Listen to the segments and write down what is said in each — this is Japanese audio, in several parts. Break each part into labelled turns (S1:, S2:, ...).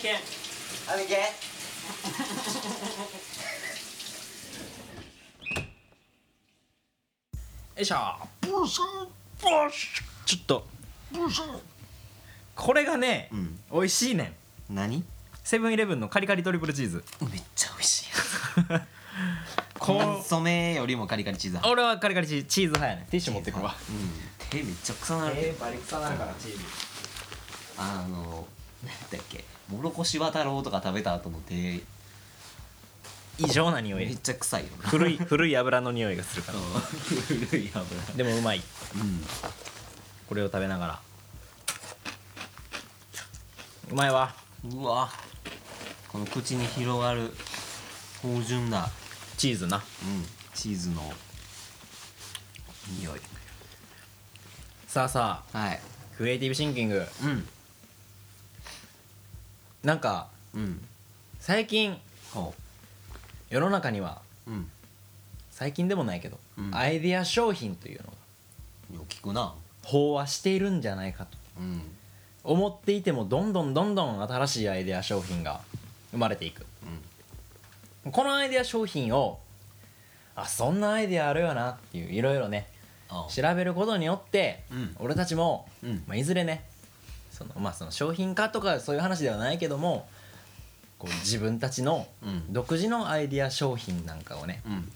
S1: けん
S2: あげて
S1: よいしょブスブスちょっとこれがね、
S2: ん
S1: 美味しいねん
S2: 何
S1: セブンイレブンのカリカリトリプルチーズ
S2: めっちゃ美味しい
S1: こ
S2: コンソメよりもカリカリチーズ派
S1: 俺はカリカリチーズチーズ派やねんティッシュ持ってくわ
S2: うん手めっちゃ臭なるけど
S1: バリ臭なるからチーズ
S2: あの何だっけもろこし渡ろうとか食べた後の手
S1: 異常な匂
S2: めっ
S1: い
S2: ちゃ臭いよな
S1: 古い古い油の匂いがするから
S2: 古い油
S1: でもうまい
S2: うん
S1: これを食べながらうまいわ
S2: うわこの口に広がる芳醇な、
S1: チーズな
S2: うん、チーズの匂い
S1: さあさあ
S2: はい
S1: クリエイティブシンキング
S2: うん
S1: なんか
S2: うん
S1: 最近
S2: ほ
S1: 世の中には
S2: ううん
S1: 最近でもないけど、
S2: うん
S1: アイデア商品というのが
S2: よく聞くな
S1: 飽和しているんじゃないかと
S2: うん
S1: 思っていてもどんどんどんどん新しいアイデア商品が生まれていくこのアイデア商品をあそんなアイデアあるよなっていういろいろね
S2: あ
S1: 調べることによって、
S2: うん
S1: 俺たちも、
S2: うん
S1: まあ、いずれねそのまあその商品化とかそういう話ではないけどもこう自分たちの
S2: うん
S1: 独自のアイデア商品なんかをね
S2: うん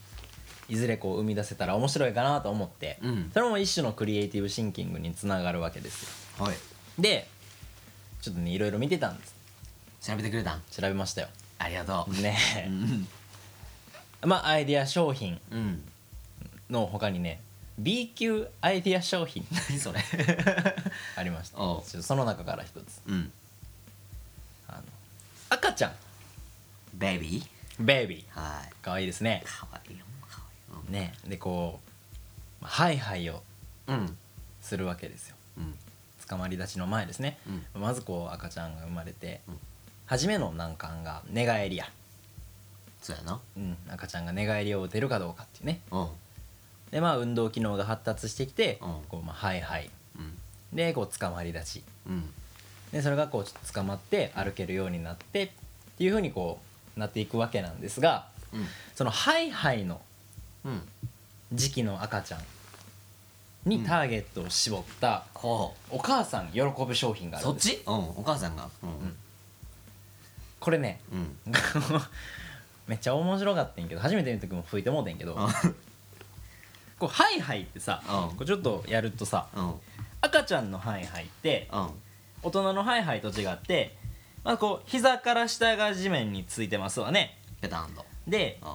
S1: いずれこう生み出せたら面白いかなと思って、
S2: うん
S1: それも一種のクリエイティブシンキングにつながるわけですよ
S2: はい
S1: でちょっとねいろいろ見てたんです
S2: 調べてくれたん
S1: 調べましたよ
S2: ありがとう
S1: ね
S2: う
S1: え
S2: ん
S1: まあアイデア商品
S2: うん
S1: の他にね B 級アイデア商品
S2: 何それ
S1: ありましたち
S2: お
S1: ょ
S2: う
S1: っとその中から一つ
S2: うん
S1: あの赤ちゃん
S2: ベイビー
S1: ベイビ
S2: はい
S1: ーかわいいですね
S2: かわいいよかわいいよ
S1: ねでこうまあハイハイを
S2: うん
S1: するわけですよ
S2: うん
S1: 捕まり立ちの前ですね、まずこう赤ちゃんが生まれて、初めの難関が寝返りや、
S2: そうやな
S1: うん、赤ちゃんが寝返りを打てるかどうかっていうね
S2: うん
S1: でまあ運動機能が発達してきて、
S2: うん
S1: こうまあハイハイ
S2: うん
S1: でこう捕まり立ち
S2: うん
S1: でそれがこうちょっと捕まって歩けるようになってっていうふうにこうなっていくわけなんですが
S2: うん
S1: そのハイハイの
S2: うん
S1: 時期の赤ちゃんにターゲットを絞った
S2: ほう
S1: お母さん喜ぶ商品がある
S2: そ
S1: ん
S2: っ
S1: です
S2: ちうんお母さんがうん
S1: これね
S2: うん
S1: めっちゃ面白かったんやけど初めて見た時も吹いてもうてんけどこうハイハイってさ
S2: う
S1: こ
S2: ん
S1: うちょっとやるとさ
S2: うんうん
S1: 赤ちゃんのハイハイって
S2: うん
S1: 大人のハイハイと違ってまあこう膝から下が地面についてますわね
S2: ペタンと
S1: で
S2: うん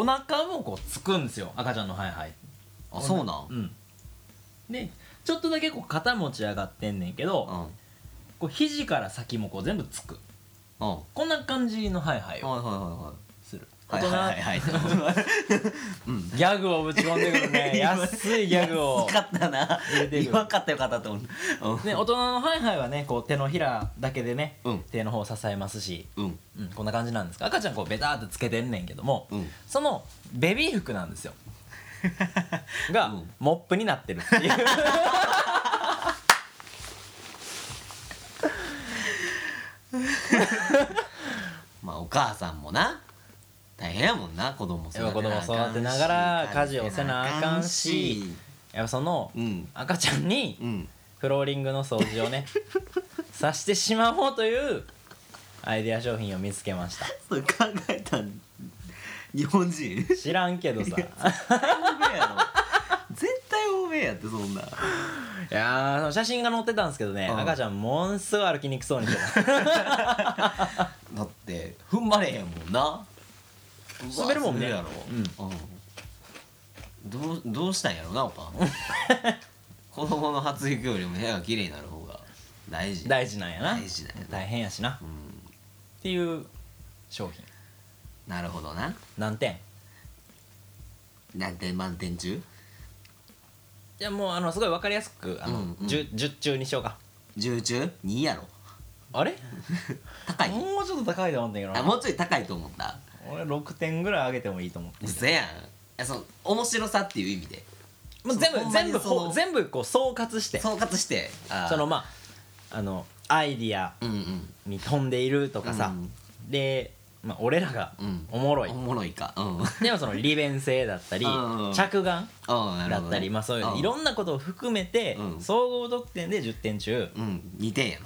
S1: お腹もこうつくんですよ赤ちゃんのハイハイ
S2: あそうなん
S1: う
S2: うん
S1: んでちょっとだけこう肩持ち上がってんねんけど、
S2: うん
S1: こう肘から先もこう全部つく
S2: はい
S1: こんな感じのハイハイを
S2: はいは
S1: する、
S2: いはいはいはいはい
S1: 大人ギャグをぶち込んでくるね安いギャグを
S2: よかったな
S1: 入れてくる
S2: よかったよかったと思う
S1: ね、大人のハイハイはねこう手のひらだけでね、
S2: うん
S1: 手の方を支えますし、
S2: うんうん
S1: うん、こんな感じなんですが赤ちゃんこうベターってつけてんねんけども、
S2: うん
S1: そのベビー服なん ですよが、
S2: うん
S1: モップになってるっていう
S2: まあお母さんもな大変やもんな子供育てなあか
S1: 子
S2: んし
S1: 供育てながら家事をせなあかんしやっぱその、
S2: うん
S1: 赤ちゃんに
S2: うん
S1: フローリングの掃除を ねさしてしまおうというアイデア商品を見つけました
S2: それ考えたん日本人
S1: 知らんけ どさい
S2: 欧米やろ絶対欧米やってそんな
S1: やーその写真が載ってたんですけどね、
S2: うん
S1: 赤ちゃんもんすごい歩きにくそうにして た
S2: だって踏ん張れへんもんな
S1: 滑るもんね
S2: うわ滑るやろ、うんどうどうしたんやろなおかん 子供の発育よりも部屋が綺麗になる方が大事
S1: 大事なんやな
S2: 大事だよな
S1: 大変やしな、
S2: う
S1: っ
S2: ん
S1: ていう商品
S2: なるほどな
S1: 何点
S2: 何点満点中
S1: いやもうあのすごい分かりやすくあの、
S2: うんうん
S1: 10, 10中にしようか
S2: 10中2やろ
S1: あれ
S2: 高い
S1: もうちょっと高いと思ったんやけ
S2: あ
S1: どな
S2: もうちょい高いと思った
S1: 俺6点ぐらい上げてもいいと思って
S2: うせやんいやその面白さっていう意味で
S1: もう全
S2: そうほ
S1: 部
S2: んま
S1: 全
S2: に
S1: 部
S2: その
S1: ほ全部こう総括して
S2: 総括してあー
S1: そのまああのアイディア
S2: うんうん
S1: に飛んでいるとかさ、で、まあ、俺らが
S2: うん
S1: おもろい、
S2: おもろいかうん
S1: でもその利便性だったり
S2: うん
S1: 着眼
S2: ああなる
S1: だ
S2: ほ
S1: っ
S2: ど
S1: たり、まあ、そういういろ
S2: なん
S1: なことを含めて、
S2: うん
S1: 総合得点で10点中
S2: うん似てんや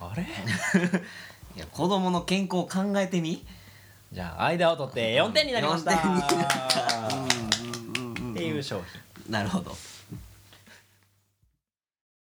S2: ろ
S1: あれ
S2: いや子供の健康を考えてみ
S1: じゃあ間を取って4点になりました
S2: 4点になったうんうんうんうん
S1: っていう商品
S2: なるほど